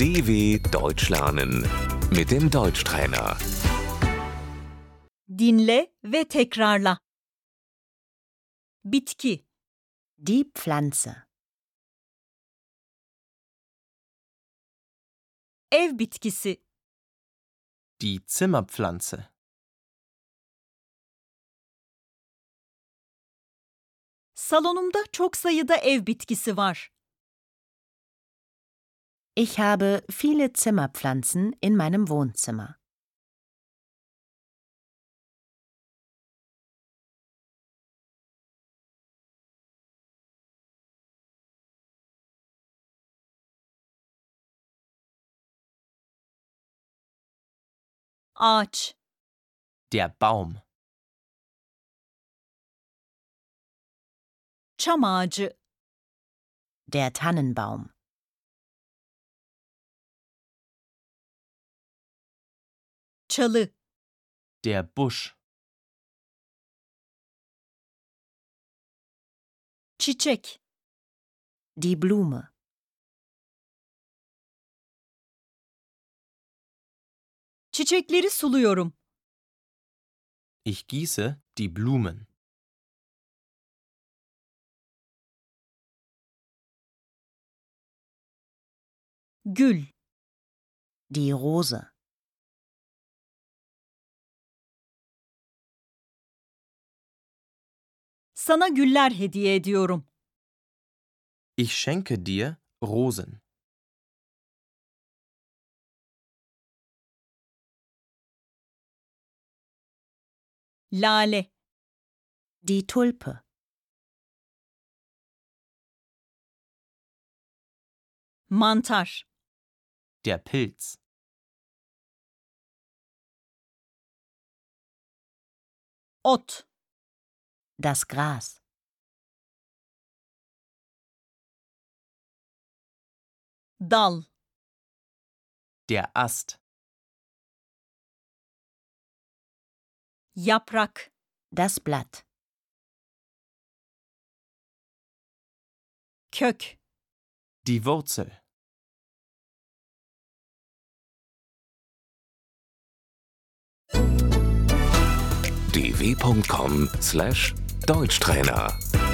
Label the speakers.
Speaker 1: DW Deutsch lernen mit dem Deutschtrainer.
Speaker 2: Dinle ve tekrarla. Bitki,
Speaker 3: Die Pflanze.
Speaker 2: ev bitkisi,
Speaker 4: Die Zimmerpflanze.
Speaker 2: salonumda çok sayıda ev bitkisi var.
Speaker 3: Ich habe viele Zimmerpflanzen in meinem Wohnzimmer.
Speaker 2: Ağaç,
Speaker 4: Der Baum.
Speaker 2: çam ağacı,
Speaker 3: Der Tannenbaum.
Speaker 2: çalı,
Speaker 4: Der Busch.
Speaker 2: çiçek,
Speaker 3: Die Blume.
Speaker 2: çiçekleri suluyorum.
Speaker 4: Ich gieße die Blumen.
Speaker 2: Gül,
Speaker 3: Die Rose.
Speaker 2: sana güller hediye ediyorum.
Speaker 4: Ich schenke dir Rosen.
Speaker 2: Lale,
Speaker 3: Die Tulpe.
Speaker 2: mantar,
Speaker 4: Der Pilz.
Speaker 2: ot,
Speaker 3: Das Gras.
Speaker 2: dal,
Speaker 4: Der Ast.
Speaker 2: yaprak,
Speaker 3: Das Blatt.
Speaker 2: kök,
Speaker 4: Die Wurzel.
Speaker 1: dw.com/deutschtrainer